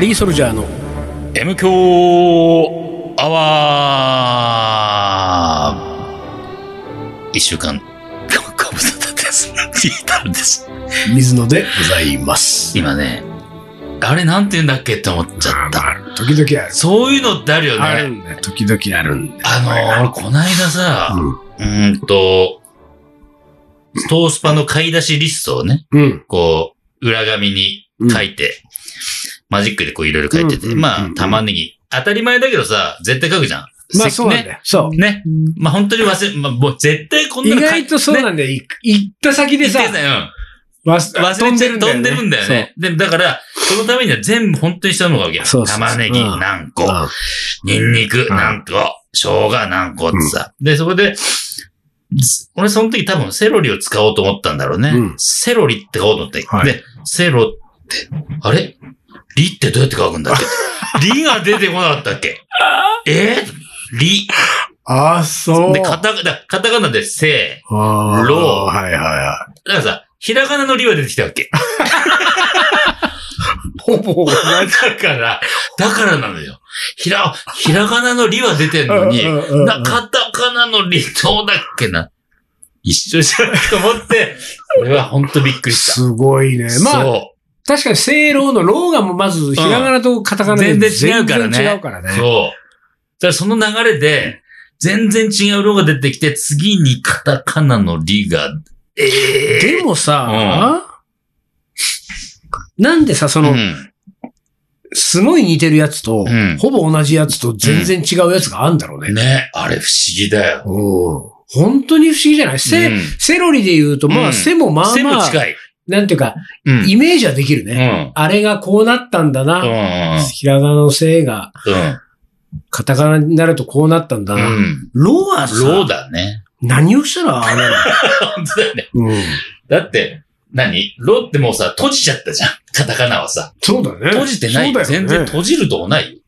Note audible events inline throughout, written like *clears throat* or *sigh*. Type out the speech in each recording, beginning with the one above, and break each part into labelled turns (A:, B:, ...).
A: リーソルジャーの
B: M 強アワー一週間、ご無沙汰です。って言ったんです。
A: 水野でございます。
B: 今ね、あれなんて言うんだっけって思っちゃった。
A: 時々ある。
B: そういうのってあるよ
A: ある
B: ね。
A: んだよ。時々あるんだよ。
B: あのー、俺こないださ、
A: こ
B: うーんと、トースパの買い出しリストをね、
A: れがうん。
B: こう、裏紙に
A: うん。
B: 書いて、マジックでこういろいろ書いてて、
A: うんうん
B: ま
A: う
B: あ
A: ん、
B: 玉ねぎ。当たり前だけどさ、絶対書くじゃん。
A: まあ
B: せ
A: そうなん
B: ね
A: だよ。そう。
B: ね。まあ本当に忘れ、まあもう絶対こん
A: 意
B: なの
A: 外とそう
B: ね
A: なんだよ。い行った先でさ、
B: 言ってたよ
A: 忘
B: うん忘れちゃう、飛んでるんだよ
A: そう
B: ね。で、だから、そのためには全部本当にしたのがわけよ
A: そう。そうそう
B: 玉ねぎ
A: うん
B: 何個、ニンニク何個、生姜何個ってさ。で、そこで、す俺その時多分セロリを使おうと思ったんだろうね
A: うん。
B: セロリって書こうと思って
A: は。い
B: で、セロって、あれリってどうやって書くんだっけ
A: *laughs*
B: リが出てこなかったっけえーリ。
A: ああ、そう。
B: で、カタカナ、カタカナでせ
A: あー
B: ロー
A: はいはいは
B: だからさ、ひらがなのりは出てきたわ
A: *laughs*
B: け。
A: い。ほぼ同じ。
B: だから、だからなのよ。ひら、ひらがなのりは出てんのに、
A: うんうんうん
B: な、カタカナのりどうだっけな。一緒じゃんと思って、俺はほんとびっくりし
A: すごいね
B: た。。
A: まあ、
B: そ
A: 確かに、正郎のローがもまず、ひらがなとカタカナで
B: 全然違うからね
A: 全然違うからね
B: う。。そう。だからその流れで、全然違うロが出てきて、次にカタカナのりが、ええー。
A: でもさ、なんでさ、その
B: う、ん
A: すごい似てるやつと
B: うん、
A: ほぼ同じやつと全然違うやつがあるんだろうね。
B: ね、あれ不思議だよ。
A: うん本当に不思議じゃないせ
B: うん
A: セロリで言うと、ま
B: う
A: あ、
B: ん
A: 背もまあ
B: 背も
A: まあ、
B: 近い。
A: なんていうか、
B: うん。うん。
A: イメージはできる
B: う
A: ね。
B: ん。
A: あれがこうなったんだ
B: うん。
A: な。ひらがなのせいが、
B: うん。
A: カタカナになるとこうなったんだ
B: う
A: な。
B: ん。
A: ローは
B: ロ
A: さ、
B: だね。
A: 何をしたらあれなの
B: 本当だよね。 *laughs*
A: うん。
B: だって、何ロってもうさ、閉じちゃったじゃん。カタカナはさ。
A: そうだね。
B: 閉じてない。
A: そうだよね
B: 全然閉じるとこないよ。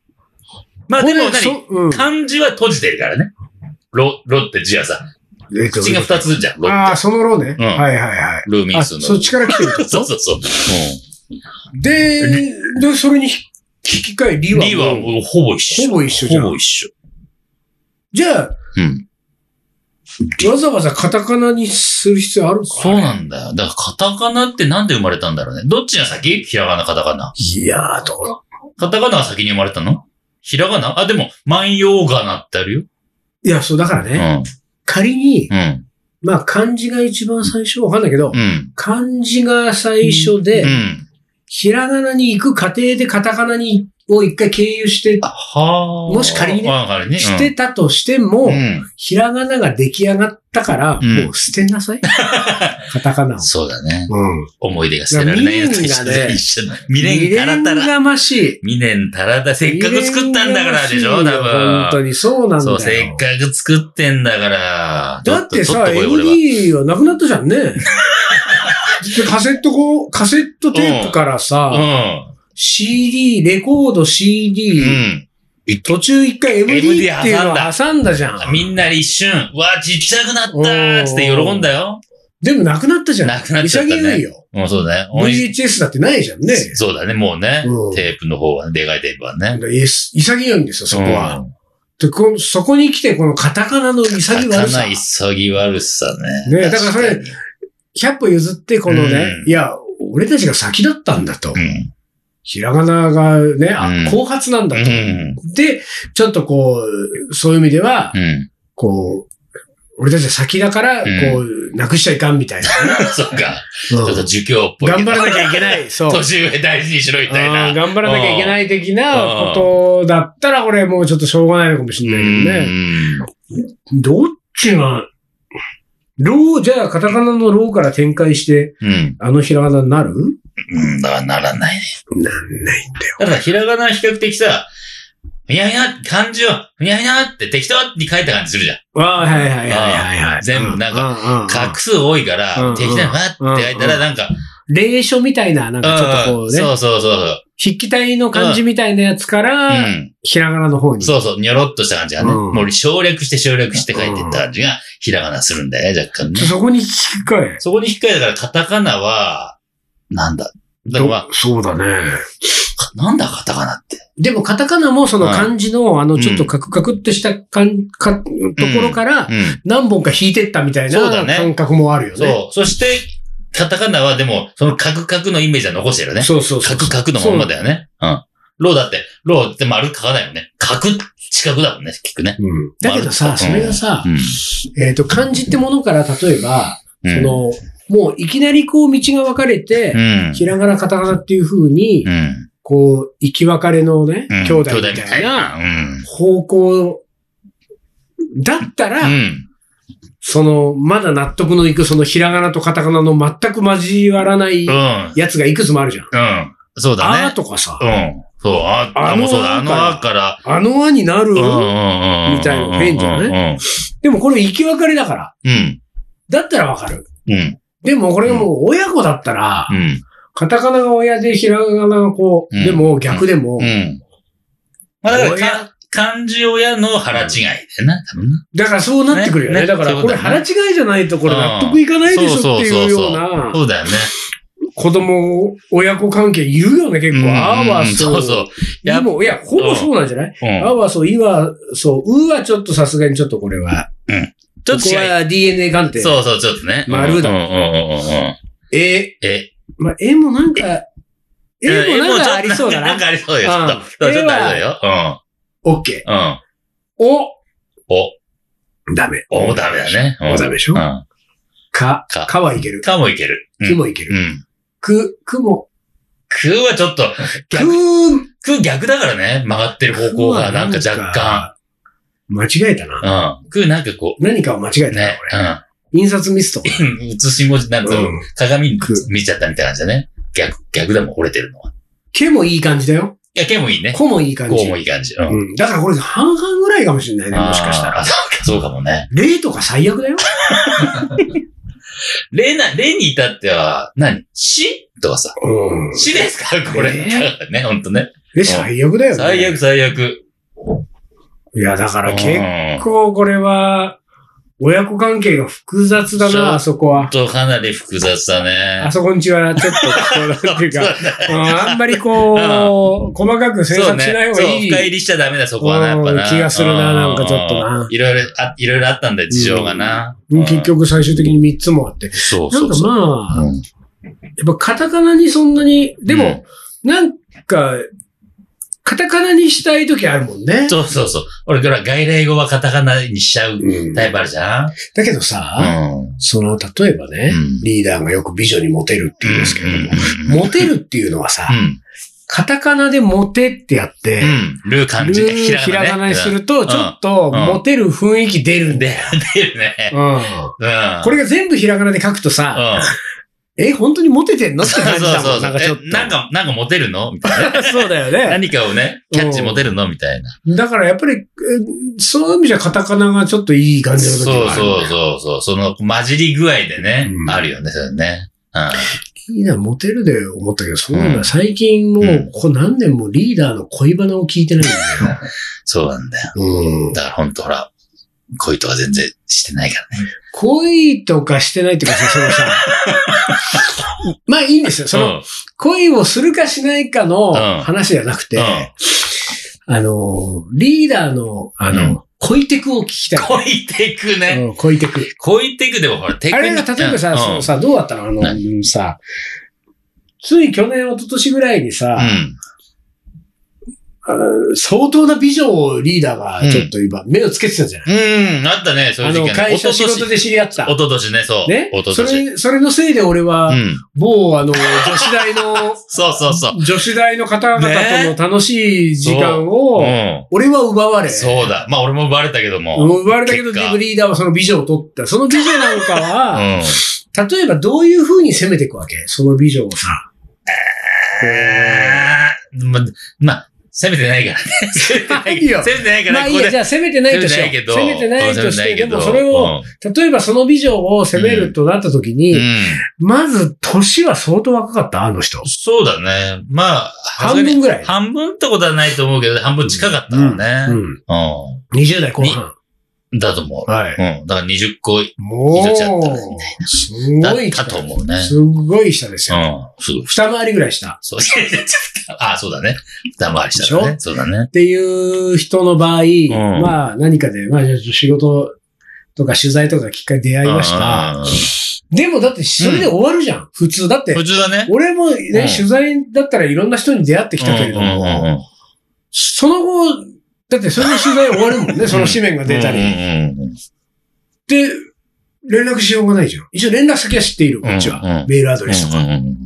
B: まあでも
A: これそ
B: 何
A: うん
B: 漢字は閉じてるからね。ロ、ロって字はさ、
A: えっと
B: 口が二つじゃん。ロ
A: ああ、
B: って。
A: そのローね。
B: うん
A: はいはいはい。
B: ルーミン
A: あ、
B: スの。
A: そっちから
B: *laughs*
A: 来てるってこと
B: そうそうそう。う
A: で、で、それに引き換え、リは
B: ん。
A: もう。
B: リはもうほぼ一緒。
A: ほぼ一緒じゃん
B: ほぼ一緒。
A: じゃあ、
B: うん。
A: わざわざカタカナにする必要あるか
B: そうなんだよ。だからカタカナってなんで生まれたんだろうね。どっちが先ひらがな、カタカナ。
A: いやー、どう
B: カタカナが先に生まれたのひらがなあ、でも、万葉がなってあるよ。
A: いや、そう、だから
B: う
A: ね、
B: ん。
A: 仮に、
B: うん。
A: まあ、漢字が一番最初、わかんないけど、
B: うん。
A: 漢字が最初で、
B: うん。
A: ひらがなに行く過程でカタカナに、を一回経由して、
B: はあ。
A: もし仮にね
B: あ仮にね。
A: してたとしても、
B: うんうん
A: ひらがなが出来上がったから、
B: うん
A: もう捨てな
B: *laughs*
A: さい。カタカナを。
B: そうだね。
A: うん。
B: 思い出が捨てられないやつと一緒
A: いや未練が
B: だ。
A: ね
B: 一緒だ。未練たらたら。
A: がましい。
B: 未練たらた。せっかく作ったんだからでしょ
A: 未
B: 多
A: 練がましいよ本当
B: 分。
A: にそうなんだ
B: そ
A: よ。
B: う、せっかく作ってんだから。
A: だって
B: ちょ
A: さ、
B: と取っとこい
A: LD
B: よ
A: はなくなったじゃん
B: *laughs*
A: ね。でカセットこう、カセットテープからさ、
B: 俺は
A: CD、レコード、
B: う
A: CD、
B: ん。
A: 途中一回 MD っていうの
B: MD 挟ん
A: を
B: だ
A: 挟んだじゃ
B: うん。
A: ん。
B: みんな一瞬、うわ、ちっちゃくなったーつって喜んだよ。
A: でもなくなったじゃん。
B: なくなっちゃったね
A: 潔いよ。
B: もうそうだね。おい
A: VHS だってないじゃんね。
B: そうだね、もうね
A: う。ん
B: テープの方はね、でかいテープはね。
A: い潔いんですよ、そこは。
B: うん。
A: でこのそこに来て、このカタカナの潔
B: か
A: 悪さ
B: な。り急ぎ悪さね。
A: ねだからそれ
B: 確に
A: 100歩譲って、このね、
B: うん
A: いや、俺たちが先だったんだと。
B: うん。
A: ひらがながね、あ
B: うん
A: 後発なんだと。
B: うん。
A: で、ちょっとこう、そういう意味では、
B: うん。
A: こう、俺たちは先だから、
B: うん
A: こう、なくしちゃいかんみたいな。
B: *laughs* そっか。
A: うん
B: ちょっと儒教っぽい。
A: 頑張らなきゃいけない。そう。うん
B: 年上大事にしろみたいな。
A: 頑張らなきゃいけない的なことだったら、俺もうちょっとしょうがないのかもしれないけどね。どっちが、ロー、じゃあカタカナのローから展開して、
B: うん。うん。
A: あのひらがなになる
B: うん。だからならないね。
A: なんない。
B: だからひらがなは比較的さ、ふにゃふにゃ、漢字を、ふにゃふにゃって適当に書いた感じするじゃん。
A: ああ、はいはいはいはいはい。
B: 全部なんか
A: か
B: 画数多いか
A: う
B: ら
A: ん、
B: 適当にわーって書いたらなんか、
A: 霊書みたいな、なんかちょっとこ
B: うん
A: うね、
B: そうそうそう。
A: 筆記体の漢字みたいなやつか
B: う
A: ら、
B: ん。
A: ひらがなの方に。
B: そうそう、にょろっとした感じがね。
A: うん
B: もう省略して省略して書いてった感じが、ひらがなするんだよね、若干ね。
A: そこに引き換え。
B: そこに引っかえだからカタカナは、なんだ、だから、
A: そうだね。
B: なんだカタカナって。
A: でも、カタカナもその漢字の、あの、ちょっとカクカクってしたかんかところから、
B: うん。
A: 何本か引いてったみたい
B: そう
A: な
B: だね
A: 感覚もあるよね。
B: そう。そして、カタカナはでも、そのカクカクのイメージは残してるね。
A: そうそうそ
B: カ
A: う。
B: クカクのまんまだよね。うん。ローだって、ローって丸書かないよね。カク、近くだもんね、聞くね。
A: うんだけど
B: ま
A: さ、
B: あ
A: それがさ、
B: うん。
A: えっ、と、漢字ってものから、例えば、
B: うん
A: その、もういきなりこう道が分かれて、
B: うん。
A: ひらがな、カタカナっていう風に
B: う、ん。
A: こう、行き別れのね、
B: うん
A: 兄弟みたいな
B: うん。
A: 方向だったら、
B: うん。
A: その、まだ納得のいく、そのひらがなとカタカナの全く交わらない
B: うん。
A: やつがいくつもあるじゃん。
B: うん。そうだ
A: あー
B: ね。
A: とかさ、
B: うん。そう、あ、あ、
A: あの
B: もうそうだ、あ
A: あ
B: の
A: から
B: あから、
A: あのあになる、
B: うんうんうん。
A: みたいな変じゃ
B: ね。
A: でもこれ行き別れだから。
B: うん。
A: だったらわかる。
B: うん。
A: でもこれもう親子だったら、
B: うん。
A: カタカナが親で、ひらがながこう、
B: うん
A: でも逆でも、
B: うん。まあだから
A: 親
B: か、漢字親の腹違いだよな、多分な。
A: だからそうなってくるよね。
B: ねね
A: だからこれ
B: そうだ
A: 腹
B: ね
A: 違いじゃないとこれ納得いかないでしょっていうような
B: そうだよね。
A: 子供、親子関係いるよね、結構。
B: うん
A: ああはそう。
B: そうそう。
A: でも、いや、ほぼそうなんじゃない
B: うん
A: ああはそう、いはそう、うはちょっとさすがにちょっとこれは。
B: ちょっ
A: ことこ
B: 違い。
A: は DNA 鑑定。
B: そうそう、ちょっとね。
A: 丸だ
B: うんうんうんうん。
A: え、
B: え、
A: まあ、絵もなんか、絵もなんかありそうだ
B: な
A: な。
B: んかありそうよ、ちょっ
A: う
B: と。
A: ん
B: ちょっとあれだよ。
A: オッケー。
B: うん。うん。
A: お
B: お、
A: ダメ。
B: おダメだね。うん
A: おダメでしょ
B: うん。
A: か、
B: か
A: かはいける。
B: かもいける。うん
A: きもいけ
B: う
A: る。
B: ん。
A: く、くも。
B: くはちょっと、
A: く
B: 逆、く逆だからね。曲がってる方向がなんか若干。。
A: 間違えたな。
B: うん。くなんかこ
A: 何かを間違えた
B: う、
A: な、
B: ね。
A: 俺。印刷ミスとか。
B: うん。 *laughs* 写し文字なんか
A: うん
B: 鏡に
A: く
B: 見ちゃったみたいな感じだね。逆、逆だもん、折れてるのは。
A: けもいい感じだよ。
B: いや、けもいいね。
A: こもいい
B: こ
A: 感
B: う
A: じ。
B: もいい感じ。うん。
A: うん。だからこれ半々ぐらいかもしれないね、
B: あー
A: もしかしたら。
B: あそうか、そうかもね。
A: 例とか最悪だよ。
B: レな、レに至っては、何死とかさ。
A: うん。
B: 死ですかこれ。
A: ね
B: だからね、ほんとね。
A: え、最悪だよね。
B: 最悪、。最悪。
A: いや、だから結
B: 構。
A: 構これは、親子関係が複雑だ
B: そう
A: な、あそこは。
B: ちょっとかなり複雑だね
A: あ。そこんちは、ちょっと、こう、なんていう
B: *laughs* そう
A: か、
B: だね
A: うんあんまりこう、細かく制
B: そう
A: 作
B: ね。
A: しない方
B: そ
A: が
B: う、
A: いい。
B: 深入りしちゃダメだ、そこはな、やっぱな。
A: うん気がするななんかちょっとな
B: うんいろいろ、あ、いろいろあったんだよ、事情がな。
A: うん結局最終的に3つもあって。
B: そう
A: な
B: そ
A: ん
B: う
A: か
B: そう。
A: まあ、
B: うん
A: やっぱカタカナにそんなに、でも、なんか、カタカナにしたい時あるもんね。
B: そうそうそう。俺から外来語はカタカナにしちゃう
A: うん
B: タ
A: だ
B: イプあるじゃん
A: けどさ、
B: うん。
A: その、例えばね、
B: うん
A: リーダーがよく美女にモテるって言うんですけれども、
B: うん
A: モテるっていうのはさ、
B: うん。
A: カタカナでモテってやって、
B: うん。ルー漢
A: ル
B: 字。
A: ーひらがなにすると、ちょっと
B: うん
A: モテる雰囲気出るんだよ。
B: 出るね。
A: うん
B: うん。
A: これが全部ひらがなで書くと
B: う
A: さ、
B: ん。
A: え、本当にモテてんのって
B: そう
A: 感じ
B: そう
A: だ
B: そ
A: も。
B: うん
A: なんかち
B: そ
A: ょっ
B: う。
A: と。
B: えなんか、なんかモテるのみたい
A: *laughs* そうだよ
B: な。
A: ね。
B: 何かをね、キャッチモテるのみたいな。
A: だからやっぱり、えそういう意味じゃカタカナがちょっといい感じの時
B: そう
A: がある。
B: そうそうそう。その混じり具合でね
A: う、ん
B: あるよね、それね。うん。
A: いいな、モテるで思ったけど、そういう
B: うん
A: の最近もう、
B: うん
A: ここ何年もリーダーの恋バナを聞いてないんだよ。
B: そうなんだよ。
A: うん
B: だからほんとほら、恋とは全然してないからね。
A: 恋とかしてないっていうかさ、その
B: *laughs*
A: さ、まあいいんですよ。その、恋をするかしないかの
B: うん
A: 話じゃなくて、
B: うん
A: あの、リーダーの、あの、
B: うん
A: 恋テクを聞きたい。
B: 恋テクね。
A: うん恋テク。
B: 恋テクでもほら、テク
A: あれが例えばさ、
B: うん
A: そのさ、どうだったのあの、
B: は
A: さ、つい去年、一昨年ぐらいにさ、
B: うん。
A: あの相当な美女をリーダーがちょっと今、目をつけてたじゃない、
B: うん、あったね、そういう
A: あ
B: 時
A: の、
B: 期はね
A: 会社仕事で知り合った
B: お。ととしね、そう。
A: ね
B: おと
A: そ
B: とし。
A: れ、それのせいで俺は、
B: うん。
A: 某あの、女子大の、
B: そうそう *laughs* そう。
A: 女子大の方々との楽しい時間
B: う
A: を、
B: ん。
A: 俺は奪われ、
B: そうだ。まあ俺もバレたけども。
A: 奪われたけど、
B: 結果
A: デブリーダーはその美女を取った。その美女なんか
B: う
A: は、
B: ん。
A: 例えばどういう風に攻めていくわけその美女をさ。
B: えーま、まあ、攻めてな
A: *laughs*
B: いからね。攻めてない
A: いいよ
B: *laughs* 攻めてないか
A: ま
B: ら、
A: あ
B: こ
A: いい
B: こ
A: や、
B: で。
A: じゃあ攻めてないとしよう。攻めてないとして、でもそれを、、例えばその美女を攻めるとなった時
B: うん
A: に、
B: うん
A: まず年は相当若かった、あの人。
B: そうだね。まあ、
A: 半分ぐらい。
B: 半分ってことはないと思うけど、半分近かったもんね。
A: う
B: うん
A: ん。20代後半。
B: だと思う。
A: はい。
B: うん。だから20個以
A: も
B: 上ちゃったみ
A: う、
B: たい
A: す
B: な。
A: ご
B: だっ
A: い
B: た
A: 下。
B: と思うね。
A: すごい下です
B: う
A: よ。
B: ん。そう。
A: 二回りぐらい下。
B: そう。あ、そうだね。二回りしたからね。そうだね
A: っ。ていう人の場合、
B: ん
A: まあ何かで、まあ仕事とか取材とかきっかけで出会いました。
B: うん
A: でもだってそれで終わるじゃん。普通。だって
B: 普、通だね。
A: 俺もね、
B: ん
A: 取材だったらいろんな人に出会ってきたけれども、
B: うんうんうんうん
A: その後、だってそれで取材終わる
B: *laughs*
A: もんね、その紙面が出たり。
B: うんうんうん
A: で、連絡しようがないじゃん。一応連絡先は知っている、こっちは。
B: うんうん
A: メールアドレスとか。
B: うんうんうん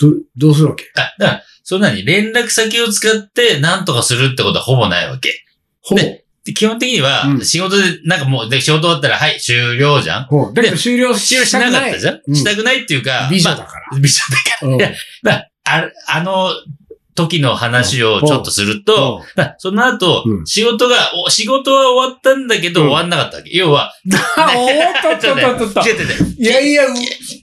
A: どどうするわけ
B: あ、だから、それなに、連絡先を使って何とかするってことはほぼないわけ。
A: ほぼ。
B: で基本的には
A: う、ん
B: 仕事で、なんかもう、で、仕事終わったら、はい、終了じゃん。
A: ほうだけど終了
B: 終了
A: し
B: したな
A: く
B: か
A: な
B: っ
A: い
B: た。じゃん
A: うん
B: したくないっていうか、
A: 美女だ
B: ま
A: か
B: あ美女だからいや。ら。あの、時の話をちょっとする
A: うん
B: と、だからその後
A: う、ん
B: 仕事が、お仕事は終わったんだけど、
A: うん
B: 終わんなかったわけ。要は、
A: あ、お
B: *laughs*
A: ーっとっとっとっとっと。
B: 違う違う違う
A: いやいや、う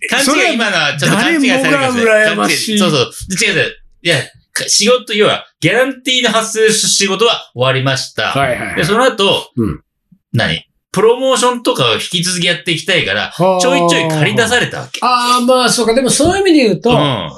B: 勘
A: それ
B: 違い、
A: は
B: 今のはちょっと勘違いされるかもしれない。
A: 誰もが羨ましい
B: 勘違そうそう。違う違う。いや、か仕事、要は、ギャランティーの発生する仕事は終わりました。
A: はいはいはい
B: で、その後、
A: うん
B: 何プロモーションとかを引き続きやっていきたいから、
A: ちょ
B: ちょいちょい借り出されたわけ。
A: ああ、まあそうか。でもそういう意味で言う
B: う
A: と、
B: ん。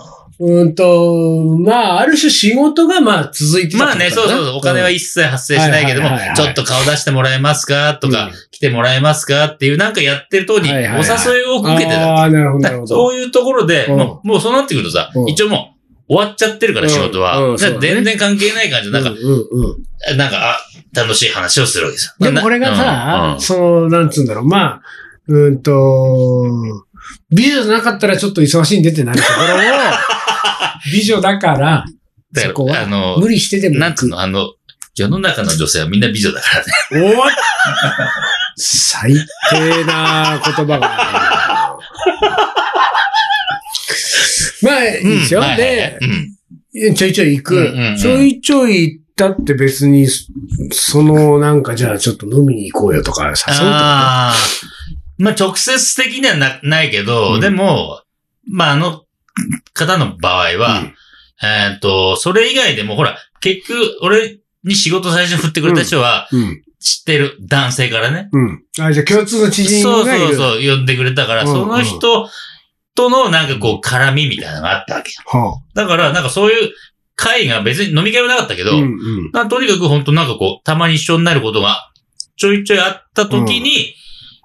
A: うん、と、まあ、ある種仕事がまあ続いてた
B: まあね、そうそうそう、お金は
A: 一
B: 一切発生しないけども
A: はいはいはいは、い
B: ちょっと顔出してもらえますかとか、、来てもらえますかっていう、なんかやってる通り、お
A: はいはいはい
B: 誘いを
A: うん
B: 受けてた。
A: ああ、なるほど、なるほど。
B: そういうところで、
A: うん
B: もう、もうそうなってくるとさ
A: う、ん
B: 一応もう、終わっちゃってるから
A: うん
B: 仕事は。
A: うん
B: だから
A: そうだね
B: 全然関係ない感じで、なんか、
A: うんうんうん
B: なんか、あ、楽しい話をするわけですよ。
A: でも俺がさ、その、なんつうんだろう、まあ、うんと、美女じゃなかったらちょっと忙しいんでってなるとこ
B: *laughs*
A: ろを、美女だから、
B: だ
A: そこ
B: から、あ
A: は、
B: の、
A: 無理してでも
B: な
A: なん
B: つうの、あの、世の中の女性はみんな美女だからね。
A: おわ最低な言葉が。まあ、いいですよ。
B: うんはいはいはい
A: で、
B: うん
A: ちょいちょい行く。
B: うんうんうん
A: ちょいちょい行ったって別に、その、なんかじゃあちょっと飲みに行こうよとか誘うとか。
B: ああ。まあ、直接的にはな、ないけど、
A: うん
B: でも、まあ、あの方の場合は、えーっと、それ以外でも、ほら、結局、俺に仕事最初に振ってくれた人は、
A: うん。
B: 知ってる男性からね。
A: うん。あ、じゃあ共通の知人
B: そう
A: がいる。
B: そうそう、呼んでくれたから、
A: うんうん
B: その人とのなんかこう、絡みみたいなのがあったわけよ。
A: は
B: だから、なんかそういう会が別に飲み会はなかったけ
A: あ
B: ど、
A: ん。
B: なんかとにかく本当なんかこう、たまに一緒になることがちょいちょいあった時に、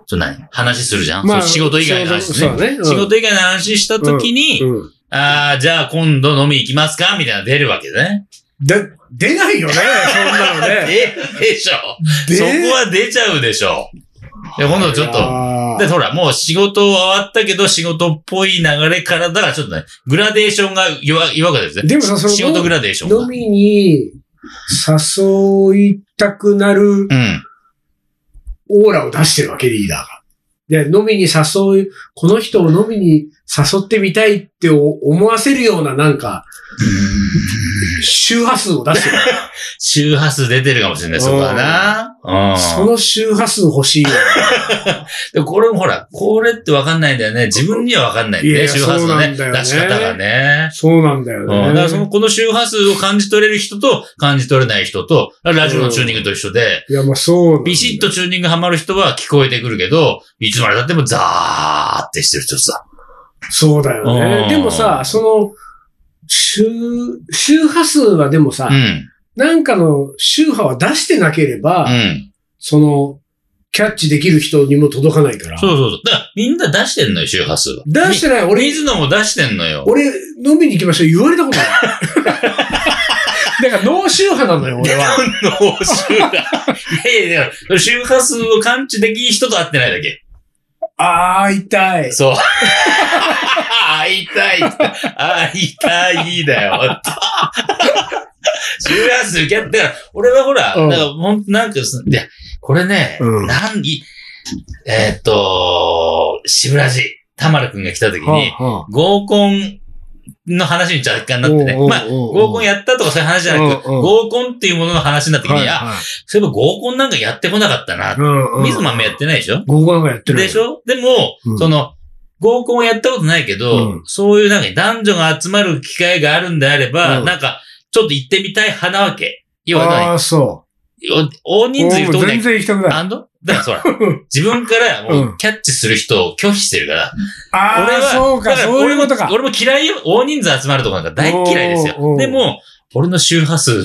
B: そう何話するじゃん、そう仕事以外の話
A: そう
B: ね。
A: ね。うん
B: 仕事以外の話した時に、
A: うん
B: ああ、じゃあ今度飲み行きますかみたいなの出るわけだね。
A: で、出ないよね、そんなの
B: *laughs*
A: ね。
B: え、でしょ。そこは出ちゃうでしょ。で、今度ちょっと、
A: と
B: で、ほら、もう仕事終わったけど、仕事っぽい流れから、だからちょっとね、グラデーションが弱、弱かったですね。
A: でもさ、その、
B: 仕事グラデーションが。
A: 飲みに誘いたくなる
B: うん。
A: オーラを出してるわけ、リーダーが。で、飲みに誘う、この人を飲みに誘ってみたいって思わせるような、なんか、周波数を出してる。
B: 周波数出てるかもしれない、そこはな。うん。
A: その周波数欲しいよ。
B: で、これもほら、これってわかんないんだよね。自分にはわかんないん
A: い
B: だ
A: や
B: よ
A: い
B: ね、
A: や
B: 周波数のね。
A: そうなんだよね
B: 出し方がね。
A: そうなんだ
B: う
A: よ
B: ん。
A: ね。
B: だからその、この周波数を感じ取れる人と感じ取れない人と、ラジオのチューニングと一緒で、
A: いや、まあそうなんだよ
B: ビシッとチューニングハマる人は聞こえてくるけど、いつまで経ってもザーってしてる人さ。
A: そうだよ
B: うん
A: ね。でもさ、その、周、周波数はでもさ、
B: うん。
A: なんかの周波は出してなければ、
B: うん。
A: その、キャッチできる人にも届かないから。
B: そうそうそう。だから、みんな出してんのよ、周波数は。
A: 出してない。
B: 俺、
A: 俺、
B: 水野も出してんのよ。
A: 俺、飲みに行きましょう。言われたことない。だ
B: *laughs*
A: から、脳周波なのよ、俺は。
B: の周波。 *laughs* いやいやいや、周波数を感知できん人と会ってないだけ。
A: あー、痛い。
B: そう。会いたい。会いたいだよ。ほんと周波数キャッだから、俺はほら、
A: うん
B: なんか、ほんとなんかす、いや、これね、
A: うん
B: なんいえーっと、しぶらじ、たまるくんが来た時に、
A: は
B: 合コンの話に若干なってね。
A: おうおうおうおう
B: まあ、合コンやったとかそういう話じゃなく、
A: うんうん
B: 合コンっていうものの話になった時に、あ、
A: は
B: そういえば合コンなんかやってこなかったな。
A: うん
B: 水豆やってないでしょ
A: ゴーゴーなんかやってる。
B: でしょでも、
A: うん
B: その、合コンやったことないけど、
A: うん
B: そういうなんか男女が集まる機会があるんであれば、
A: うん
B: なんか、ちょっと行ってみたい派なわけ。要は
A: あー、そ
B: お大人数いると
A: も
B: こ
A: う
B: ね
A: 全、然行きたくない。
B: バンドだからそら、
A: *laughs*
B: 自分からもうキャッチする人を拒否してるから。
A: あ
B: 俺
A: あ、
B: は、
A: そう
B: だ
A: か、
B: ら
A: そういうことか。
B: 俺も俺も嫌いよ。大人数集まるとこなんか大っ嫌いです
A: おーお
B: よ。
A: ー
B: でも、俺の周
A: *laughs*
B: 波数を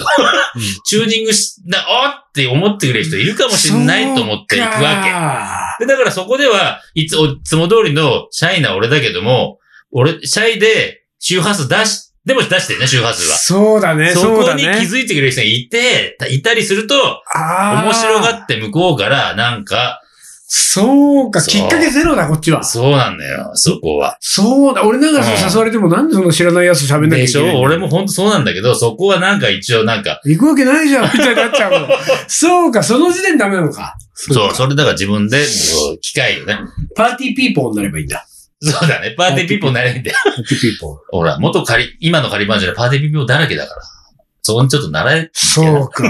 B: チューニングし、な、おーって思ってくれる人いるかもしれないと思っていくわけ。
A: わ
B: で、だからそこでは、いつ、いつも通りのシャイな俺だけども、俺、シャイで周波数出し、でも出してるね、周波数は。
A: そうだね、
B: そ
A: そう
B: こ
A: だ
B: に気
A: ね。
B: づいてくれる人がいて、いたりすると、
A: ああ。
B: 面白がって向こうから、なんか、
A: そうか、
B: そう
A: きっかけゼロだ、こっちは。
B: そうなんだよ、そこは。
A: そうだ、俺なんかそう
B: うん
A: 誘われてもなんでその知らないやつと喋んなきゃ
B: で
A: い
B: し
A: けないんだ
B: ょ
A: よ
B: 俺も本当そうなんだけど、そこはなんか一応なんか、
A: 行くわけないじゃん、みたいになっちゃう *laughs* もんそうか、その時点でダメなのか。
B: そうう、それだから自分で、こう機会をね。
A: パーティーピーポーになればいいんだ。
B: そうだ *laughs* ね、パーティーピーポーになれんで。
A: パーティーピーポー。
B: ほら、元仮、今の仮バージョンはパーティーピーポーだらけだから。そこにちょっと習え、
A: そう
B: *laughs*
A: か。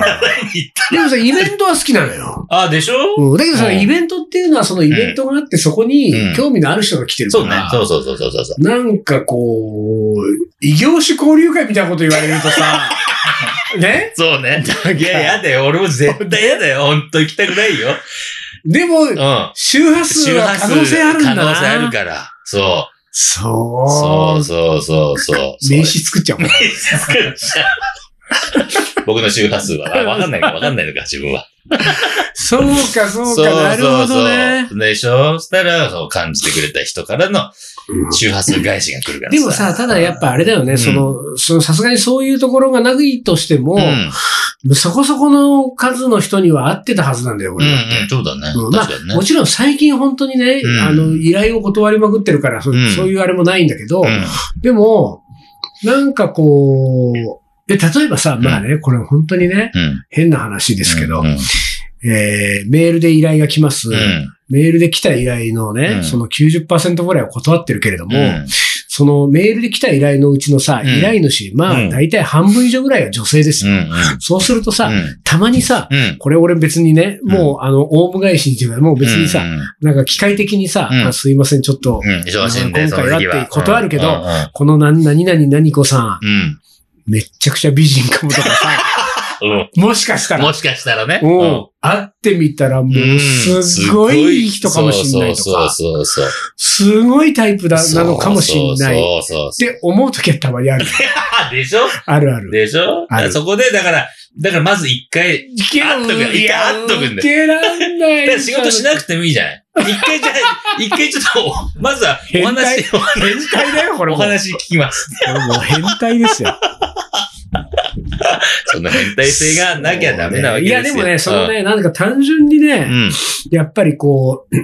A: でもさ、イベントは好きなのよ。
B: あ、でしょ
A: うん、だけど
B: う
A: さ、
B: ん
A: イベントっていうのはそのイベントがあって、そこに
B: うん
A: 興味のある人が来てるか
B: そうね
A: ら。。
B: そうそうそうそうそうそう。
A: なんかこう、異業種交流会みたいなこと言われると
B: *laughs*
A: さ、ね
B: そうね。いや、やだよ。俺も絶対やだよ。本当行きたくないよ。
A: でも
B: う、ん。
A: 周波数は可能性あるんだな。
B: 可能性あるから。そ。
A: そう。
B: そううそうそうそう。そう
A: 名刺作っちゃうもん。
B: 作っちゃう僕の周波数は。あわかんないか、わかんないのか、自分は。
A: そうか、そうか、なるほどね。
B: う。でしょそしたら、そう感じてくれた人からの周波数返しが来るから
A: でもさ、ただやっぱあれだよね、
B: うん
A: その、そのさすがにそういうところがないとしても
B: う、ん。
A: そこそこの数の人には合ってたはずなんだよ、こ
B: うん、う
A: れだって
B: ん、そうだね
A: うん。まあ
B: 確かにね。
A: もちろん最近本当にね、
B: うん
A: あの、依頼を断りまくってるから、そ
B: うん
A: そういうあれもないんだけど、
B: うん
A: でも、なんかこう、で、例えばさ、まあね、これ本当にね、
B: うん。
A: 変な話ですけど
B: う、ん。
A: えーメールで依頼が来ます。
B: うん
A: メールで来た依頼の
B: う
A: ね、
B: ん
A: その90%ぐらいは断ってるけれども、
B: うん
A: そのメールで来た依頼のうちのさ、
B: うん
A: 依頼主、ま
B: う
A: あ、
B: ん
A: 大体半分以上ぐらいは女性です
B: う
A: よ。
B: ん。
A: そうすると
B: う
A: さ、
B: ん
A: たまにさ、
B: うん。
A: これ俺別にね、もう、あの、オウム返しにしてもう別にさ、
B: う
A: なんか機械的にさ、
B: うん
A: あすいません、ちょっと、
B: ん、うん忙しいんで、
A: 今
B: その
A: 回は
B: 時
A: っ
B: は。
A: てことあるけど
B: うん
A: この何々何々子さん、
B: うん。
A: めっちゃくちゃ美人かもとかさ、
B: うんうん
A: もしかしたら
B: も、しかしたらね。
A: うん会ってみたらも
B: うん
A: う、すっごいいい人かもしんないとか、
B: そうそうそう
A: すごいタイプだ
B: そう。
A: なのかもしんない。っ
B: そうそうそう。
A: て思うときはたまにある。
B: あでしょ
A: あるある。
B: でしょ
A: ある
B: だからそこで、だから、だからまず一回、
A: いけ
B: あっとくよいやあっとくんだよ
A: いけらんな
B: だ
A: い。
B: から仕事しなくてもいいじゃない一回じゃあ、一回ちょっと、まずはお話、お
A: 変
B: 話、
A: 態だよ、これ
B: お
A: も。これ
B: 話聞きます。
A: もう変態ですよ。
B: その変態性がなきゃダメなわけですよ。
A: いや、でもね、そのね、なんか単純に
B: う
A: ね、
B: ん。うん。
A: やっぱりこう、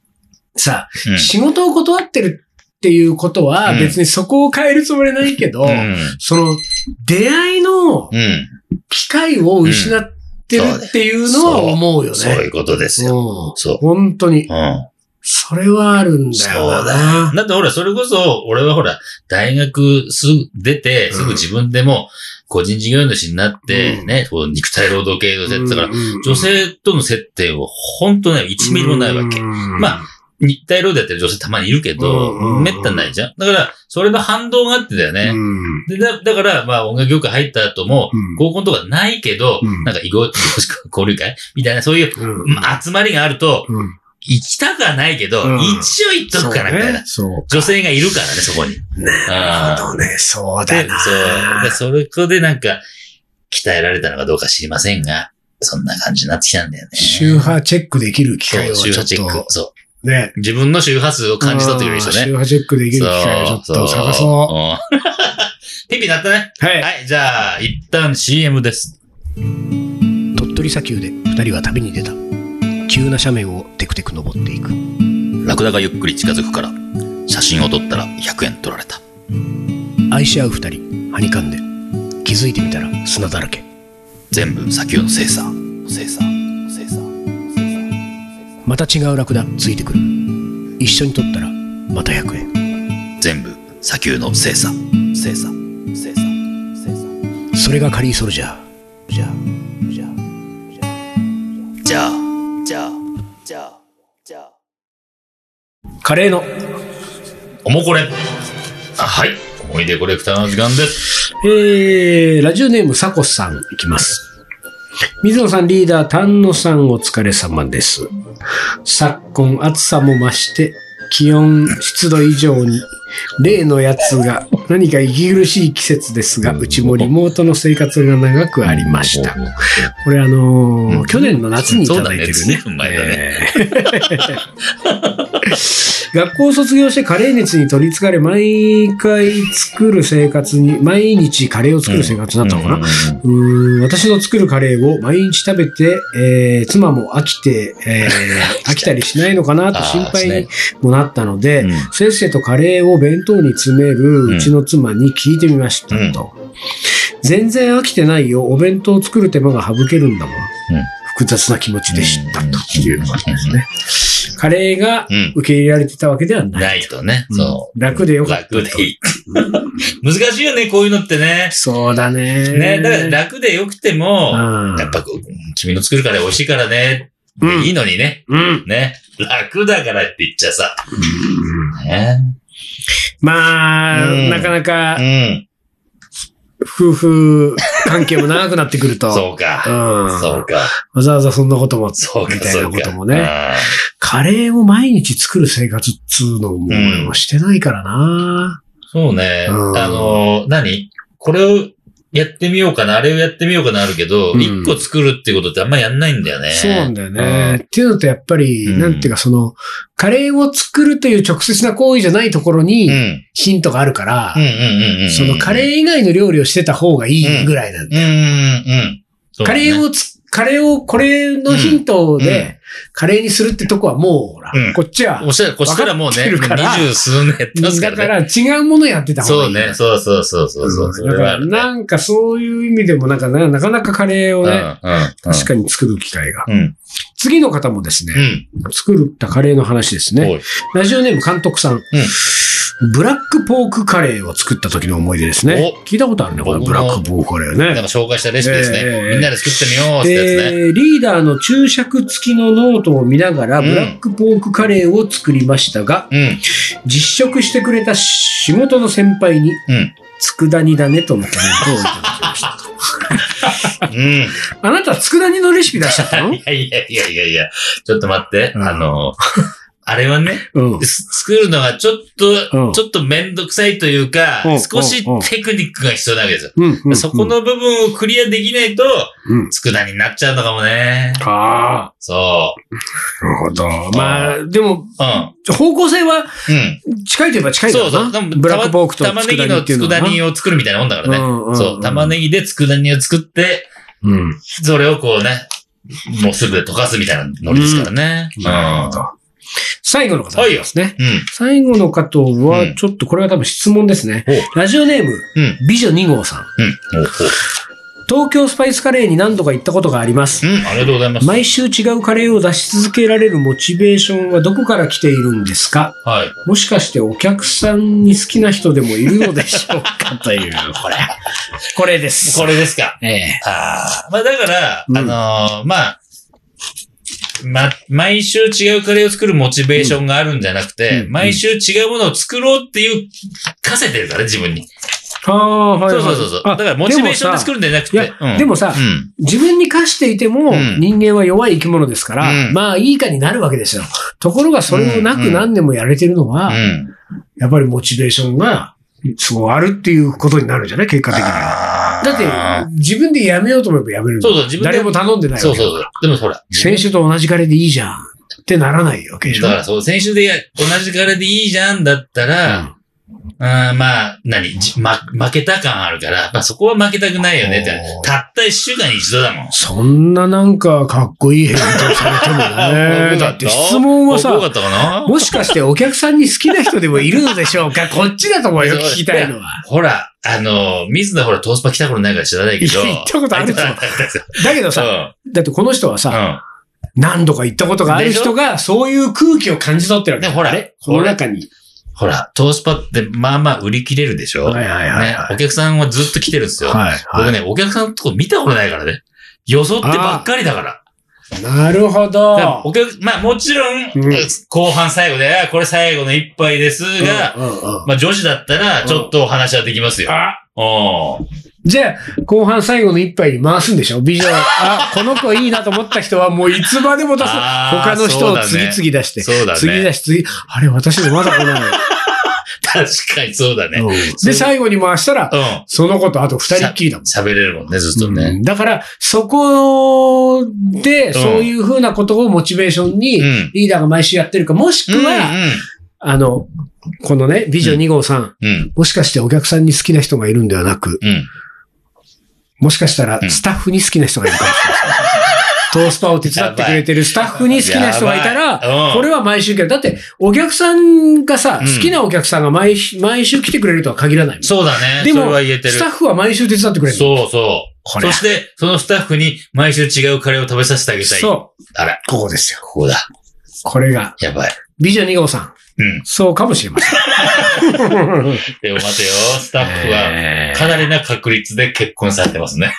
A: *clears throat* さ、仕事を断ってるっていうことは、
B: うん
A: 別にそこを変えるつもりないけど、
B: うん。
A: その、出会いの
B: うん。
A: 機会を失ってるっていうのは思うよね。
B: そういうことです
A: うん
B: よ。そう
A: 本当に。
B: うん。
A: それはあるんだよな。
B: そうだだってほら、それこそ、俺はほら、大学すぐ出て、すぐ自分でも、個人事業主になって、
A: うん
B: ね、こう肉体労働系の接だから、
A: うん
B: 女性との接点を本当ね、1ミリもないわけ。
A: ま
B: まあ、肉体労働やってる女性たまにいるけど
A: うんうんう、ん
B: めったにないじゃん。だから、それの反動があってだよね。
A: うん
B: でだだから、まあ、音楽業界入った後も、
A: うん
B: 合コンとかないけど、
A: うん
B: なんか、異業異業種交流会みたいな、そういう、
A: うん
B: まあ集まりがあると、
A: うん
B: 行きたくはないけど、
A: うん
B: 一応行っとくかな、みたいな。
A: そう
B: 女性がいるからね、そこに。
A: ね。な
B: あ
A: るほどね。そう
B: で
A: だな。
B: そう。で、それでなんか、鍛えられたのかどうか知りませんが、そんな感じになってきたんだよね。
A: 周波チェックできる機
B: そ
A: 会を
B: う、周
A: ちょ
B: 波
A: っ
B: チェック
A: と。。
B: そ
A: ね。
B: う。自分の周波数を感じ取ってくれる人
A: うん
B: ね。。
A: 周波チェックできる機会をちょっと探そう
B: うん *laughs* ピピなったね。
A: う。はい。
B: はい、じゃあ、一旦 CM です。
A: 鳥取砂丘で二人は旅に出た。急な斜面をテクテク登っていく。
B: ラクダがゆっくり近づくから、写真を撮ったら100円取られた。
A: 愛し合う二人、はにかんで。気づいてみたら砂だらけ。
B: 全部砂丘の精査。精査。精査。
A: また違うラクダついてくる。一緒に撮ったらまた100円。
B: 全部砂丘の精査。精査。精査。精査。
A: それがカリーソルジャー。じゃあ、じゃあ。
B: じゃあ、じゃあ、じゃあ、じゃあ。
A: カレーの
B: おもこれ。あ、はい。思い出コレクターの時間です。
A: えー、ラジオネームサコさんいきます。水野さんリーダー、丹野さんお疲れ様です。昨今暑さも増して、気温、湿度以上に、例のやつが何か息苦しい季節ですが、うちもリモートの生活が長くありました。これあのー
B: うん
A: 去年の夏にいただいてるね。
B: そうだねずいぶん前だね
A: えー *laughs* 学校を卒業してカレー熱に取りつかれ、毎回作る生活に、毎日カレーを作る生活になったのかな、うーん私の作るカレーを毎日食べて、えー妻も飽きて、えー飽きたりしないのかなと心配にもなったので、
B: うん
A: せっせとカレーを弁当に詰めるうちの妻に聞いてみましたと。全然飽きてないよ。お弁当を作る手間が省けるんだもん。複雑な気持ちでしたということですね。カレーが
B: うん。
A: 受け入れられてたわけではない。
B: ないとね。そう。
A: 楽でよかったと
B: 楽でいい。難しいよね、こういうのってね。
A: そうだね。
B: ね、だから楽で良くても、
A: うん
B: やっぱこう、君の作るから美味しいからね。
A: うん
B: いいのにね。
A: うん。
B: ね。楽だからって言っちゃさ。ね。
A: まあ、
B: うん
A: なかなか
B: う、ん。
A: 夫婦関係も長くなってくると。
B: そう
A: う
B: か。
A: ん。
B: そうか。
A: わざわざそんなことも、
B: そうか。
A: みたい
B: そ
A: な
B: う
A: こ
B: か。
A: ともね。
B: あー
A: カレーを毎日作る生活っつうのも、
B: ん
A: もうしてないからな。
B: そうね。
A: うん
B: あの、何これをやってみようかな、あれをやってみようかなあるけど、
A: うん
B: 一個作るってことってあんまやんないんだよね。
A: そうなんだよ
B: うん
A: ね。っていうのと、やっぱり、
B: うん
A: なんていうか、その、カレーを作るという直接な行為じゃないところ
B: うん。う
A: に
B: ん
A: ヒントがあるから
B: うん、うんうん。
A: そのカレー以外の料理をしてた方がいいぐらいなんだ。
B: うんうんうん。そうだ
A: カ
B: ね
A: レーをつ、カレーを、これのヒント
B: うん
A: で、カレーにするってとこはもう、ほら
B: うん、
A: こっちは
B: おっしゃる、こしたらもう
A: わかっ
B: ね、
A: てるから
B: 二十数年やってますか
A: だから
B: ね。
A: ら違うものやってた方が
B: そ
A: いい。
B: うね、そうそうそうそうそう。そ
A: んだ
B: れ
A: か
B: はあ
A: ら、
B: るね
A: なんかそういう意味でもなんかな、なかなかカレーをね、
B: うんうんうん
A: 確かに作る機会が。
B: うん。
A: 次の方もです
B: う
A: ね、
B: ん。
A: 作ったカレーの話ですね。
B: おい
A: ラジオネーム監督さん。ブラックポークカレーを作った時の思い出ですね
B: お。
A: 聞いたことあるね、これ。
B: 僕も
A: ブラックポークカレー
B: なんか
A: ね。
B: 紹介したレシピです
A: えええ
B: ね。
A: え
B: みんなで作ってみようってやつね。
A: えーリーダーの注釈付きのノートを見ながら、
B: うん
A: ブラックポークカレーを作りましたが、
B: うん。
A: 実食してくれた仕事の先輩に、
B: うん
A: 佃煮だねとのコメントをいただきました。
B: うん。 *laughs*
A: あなた、佃煮のレシピ出しちゃったの
B: いやいやいやいやいや、ちょっと待って、
A: うん
B: あの、 *laughs* あれはね、
A: うん。
B: す作るのがちょっと、
A: うん
B: ちょっとめんどくさいというか、
A: うん
B: 少しテクニックが必要なわけですよ。
A: うんうん。
B: そこの部分をクリアできないと、
A: うん。
B: 佃煮になっちゃうのかもね。
A: あ
B: そ
A: あ、なるほど。まあ、でも、
B: う。うん。
A: 方向性は
B: うん。
A: 近いといえば近いだ
B: そ
A: ろ
B: うそう。
A: う
B: で
A: な。
B: も
A: ブラックポークと
B: 玉ねぎの佃煮を作るみたいなもんだからね。
A: ね
B: そう。玉ねぎで佃煮を作って、
A: ぎ。うん。
B: それをこうね、もうすぐ溶かすみたいなのですからね。うん。
A: なるほど。最後の方ですね。
B: うん。
A: 最後の方
B: うん
A: は、ちょっとこれは多分質問ですね。
B: お
A: ラジオネーム、
B: うん。
A: 美女2号さん。
B: うん。おお
A: 東京スパイスカレーに何度か行ったことがあります。
B: うん。ありがとうございます。
A: 毎週違うカレーを出し続けられるモチベーションはどこから来ているんですか
B: はい。
A: もしかしてお客さんに好きな人でもいるのでしょう
B: *laughs*
A: かという、これ。これです。
B: これですか。
A: ええ。
B: ああ。まあだから、
A: うん
B: あのーまあ、ま、毎週違うカレーを作るモチベーションがあるんじゃなくて、
A: うんうん
B: 毎週違うものを作ろうっていう、かせてるから、自分に。
A: ああ、はい、
B: そ
A: は
B: う
A: い。
B: そうそうそう。
A: あ
B: だから、モチベーションで
A: もさ
B: 作るんじゃなく
A: い
B: て。
A: や、
B: うん、
A: でもさ、
B: うん。
A: 自分に課していても、
B: うん
A: 人間は弱い生き物ですから、
B: うん
A: まあいいかになるわけですよ。ところがそれをなく何年もやれてるのは、
B: うん。
A: やっぱりモチベーションが、そうあるっていうことになるんじゃない結果的には。
B: あー
A: だって、自分でやめようと思えばやめるの
B: そうそう、自分で。
A: 誰も頼んでないわけ
B: そうそうそう。でもほら。
A: 先週と同じカレーでいいじゃんってならないわけでしょ
B: だからそう、先週でや同じカレーでいいじゃんだったら、あーまあ、何じま、負けた感あるから、まあそこは負けたくないよねって
A: お。ー
B: たった一週間に一度だもん。
A: そんななんかかっこいい返答されても
B: *laughs*
A: ね。だって質問は
B: 多か
A: さ、
B: ったか *laughs* な
A: もしかしてお客さんに好きな人でもいるのでしょ
B: *laughs*
A: うかこっちだと思うよ、聞きたいのは。
B: ほら、あの、水野ほら、トースパ来た頃ないから知らないけど。
A: いや行ったことある
B: *laughs*
A: ぞ
B: 行ったことあるぞ
A: だけどさ、だってこの人はさ、何度か行ったことがある人が、そういう空気を感じ取ってるわけ
B: でほら
A: ねこの中に。
B: うん。ほら、トースパってまあまあ売り切れるでしょ、
A: はいはいはい
B: ね
A: は。い
B: お客さんはずっと来てるんですよ。
A: はい、
B: 僕ね、お客さんのとこ見たことないからね。よそってばっかりだから。
A: なるほ
B: だからお
A: ど。
B: 客、まあもちろん、
A: うん
B: 後半最後で、あこれ最後の一杯ですが、
A: うんうんうん
B: まあ女子だったら、ちょっとお話はできますよ。
A: あ
B: おー
A: じゃあ、後半最後の一杯に回すんでしょ
B: *laughs*
A: ビジョン。あ、この子いいなと思った人はもういつまでも出す。
B: あ
A: 他
B: ー
A: の人
B: そう
A: を
B: だね
A: 次々出して。
B: そうだね
A: 次出し、次。あれ、私のまだ来ない。
B: 確かにそうだね。
A: うんで、最後に回したら、
B: うん。
A: その子とあと二人っきりだもん。
B: 喋れるもんね、ずっと
A: う
B: ね。
A: んだから、そこで、そういうふうなことをモチベーション
B: う
A: に、
B: ん。
A: リーダーが毎週やってるか、もし
B: うん。
A: くは、あの、このね、美女2号さん、
B: うん。うん。
A: もしかしてお客さんに好きな人がいるんではなく、
B: うん。
A: もしかしたら
B: うん
A: スタッフに好きな人がいるかもしれ
B: *laughs*
A: ない。トースパを手伝ってくれてるスタッフに好きな人がいた
B: やばいうん
A: ら、これは毎週来る。だって、お客さんがさ、
B: うん
A: 好きなお客さんが毎週毎週来てくれるとは限らないもん。
B: そうだね。
A: でも
B: それは言えてる
A: ス。タッフは毎週手伝ってくれるの。
B: そう
A: り
B: そう。そ
A: ゃ
B: して、そのスタッフに毎週違うカレーを食べさせてあげたい。
A: そう。
B: あら、
A: ここですよ。
B: ここだ。
A: これが、
B: やばい。
A: 美女2号さん。
B: うん。
A: そうかもしれません。
B: でも待てよ、スタッフは、
A: えー
B: かなりな確率で結婚されてますね。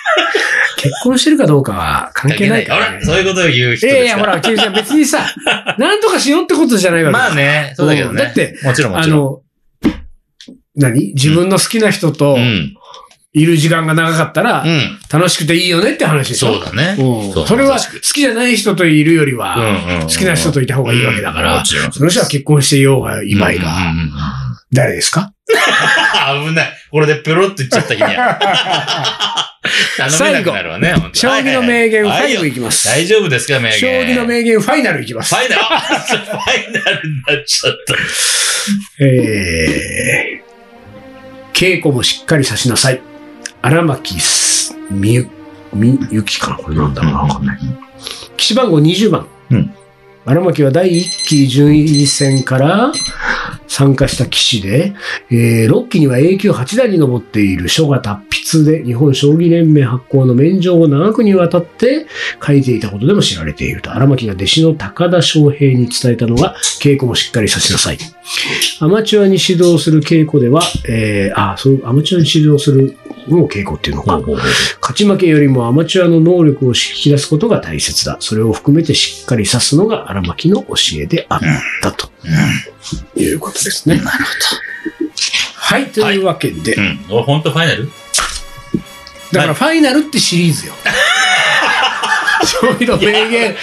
A: 結婚してるかどうかは関係ないか
B: あ
A: ら、
B: ら、そういうことを言う人
A: い
B: ですか
A: やいや、ほら、君ちゃん別にさ、
B: *laughs*
A: なんとかしようってことじゃないわけ
B: まあね、そうだけどね。
A: うんだって、
B: もちろんも
A: あ
B: ちろん。
A: の、何自分の好きな人と
B: うん。
A: いる時間が長かったら
B: う、ん。
A: 楽しくていいよねって話でしょ。
B: そうだね。
A: うん
B: そう
A: それは
B: ま
A: 好
B: さしく
A: きじゃない人といるよりは、好
B: 好
A: きな人といた方がいいわけだか
B: うん
A: ら
B: も、ちろん。
A: その人は結婚していようが、今いが。
B: うんうんうん
A: 誰ですか
B: うん危ない。これでペロッといっちゃった日には。頼めなくなるわね。本当
A: 将棋の名言
B: はいはい
A: 5いきます。
B: 大丈夫ですか、名言。
A: 将棋の名言ファイナルいきます
B: フ。ァイナルファイナルになっちゃった。
A: えー、稽古もしっかりさしなさい。荒牧すみゆ、みゆきかなこれなんだろうな。わかんない。騎士番号20番。
B: うん
A: 荒牧は第1期順位戦から参加した騎士で、え6期には A 級8段に上っている書が達筆で日本将棋連盟発行の免状を長くにわたって書いていたことでも知られていると。荒牧が弟子の高田翔平に伝えたのが稽古もしっかりさせなさい。アマチュアに指導する稽古では、えーあ、そう、アマチュアに指導するのを稽古っていうのか。勝ち負けよりもアマチュアの能力を引き出すことが大切だ。それを含めてしっかり指すのが荒牧の教えであったということですね。なるほど。はい、というわけで、
B: うん。俺本当ファイナル
A: だからファイナルってシリー
B: *laughs*
A: ズよ。将棋の名言。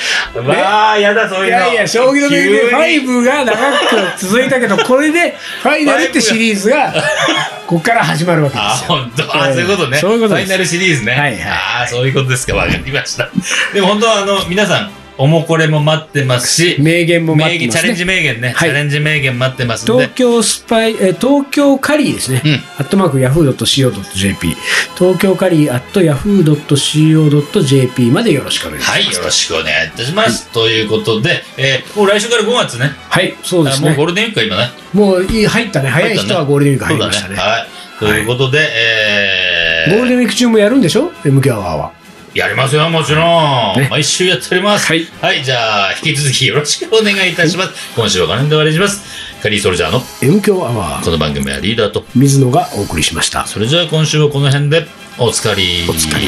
B: わあ、やだ、そういうの。
A: いやいや、将棋の名言5が長く続いたけど、これでファイナル
B: *laughs*
A: ってシリーズが、ここから始まるわけで
B: あ、
A: すよ。
B: 本当あ、
A: ええ
B: そういうことね。
A: そういうこと
B: フ
A: です
B: ァイナルシリーズね。
A: はいはい
B: ああ、そういうことですか。わかりました。でも本当は、あの、皆さん、おもこれも待ってますし、
A: 名言も待
B: 名
A: って
B: 言、
A: ま
B: チャ
A: す
B: レン
A: ね。
B: ジ名言ね。チ
A: はい
B: ャレンジ名言待ってますんで
A: 東。京スパイ、えー東京カリーですね。
B: うん
A: アットマーク yahoo.co.jp。東京カリーアット yahoo.co.jp までよろしくお願いします。
B: はい、よろしくお願いいたします。ということで、えーもう来週から5月ね。
A: はい、そうで
B: あ
A: す
B: もう
A: ね
B: ゴ。ールデンウィークか、今ね。
A: もういい入ったね。早い人はゴールデンウィーク入
B: そう
A: り
B: だ
A: ました
B: ね。
A: ね。
B: はい。ということで、え
A: ゴールデンウィーク中もやるんでしょ ?MK アワーは。
B: やりますよ、もちろん。
A: ね
B: 毎週やっております。
A: はい。
B: はい、じゃあ、引き続きよろしくお願いいたします。今週はこの辺で終わりにします。カリーソルジャーの
A: MK アワー、
B: この番組はリーダーと。
A: 水野がお送りしました。
B: それじゃあ今週はこの辺で、おつかり。
A: おつかり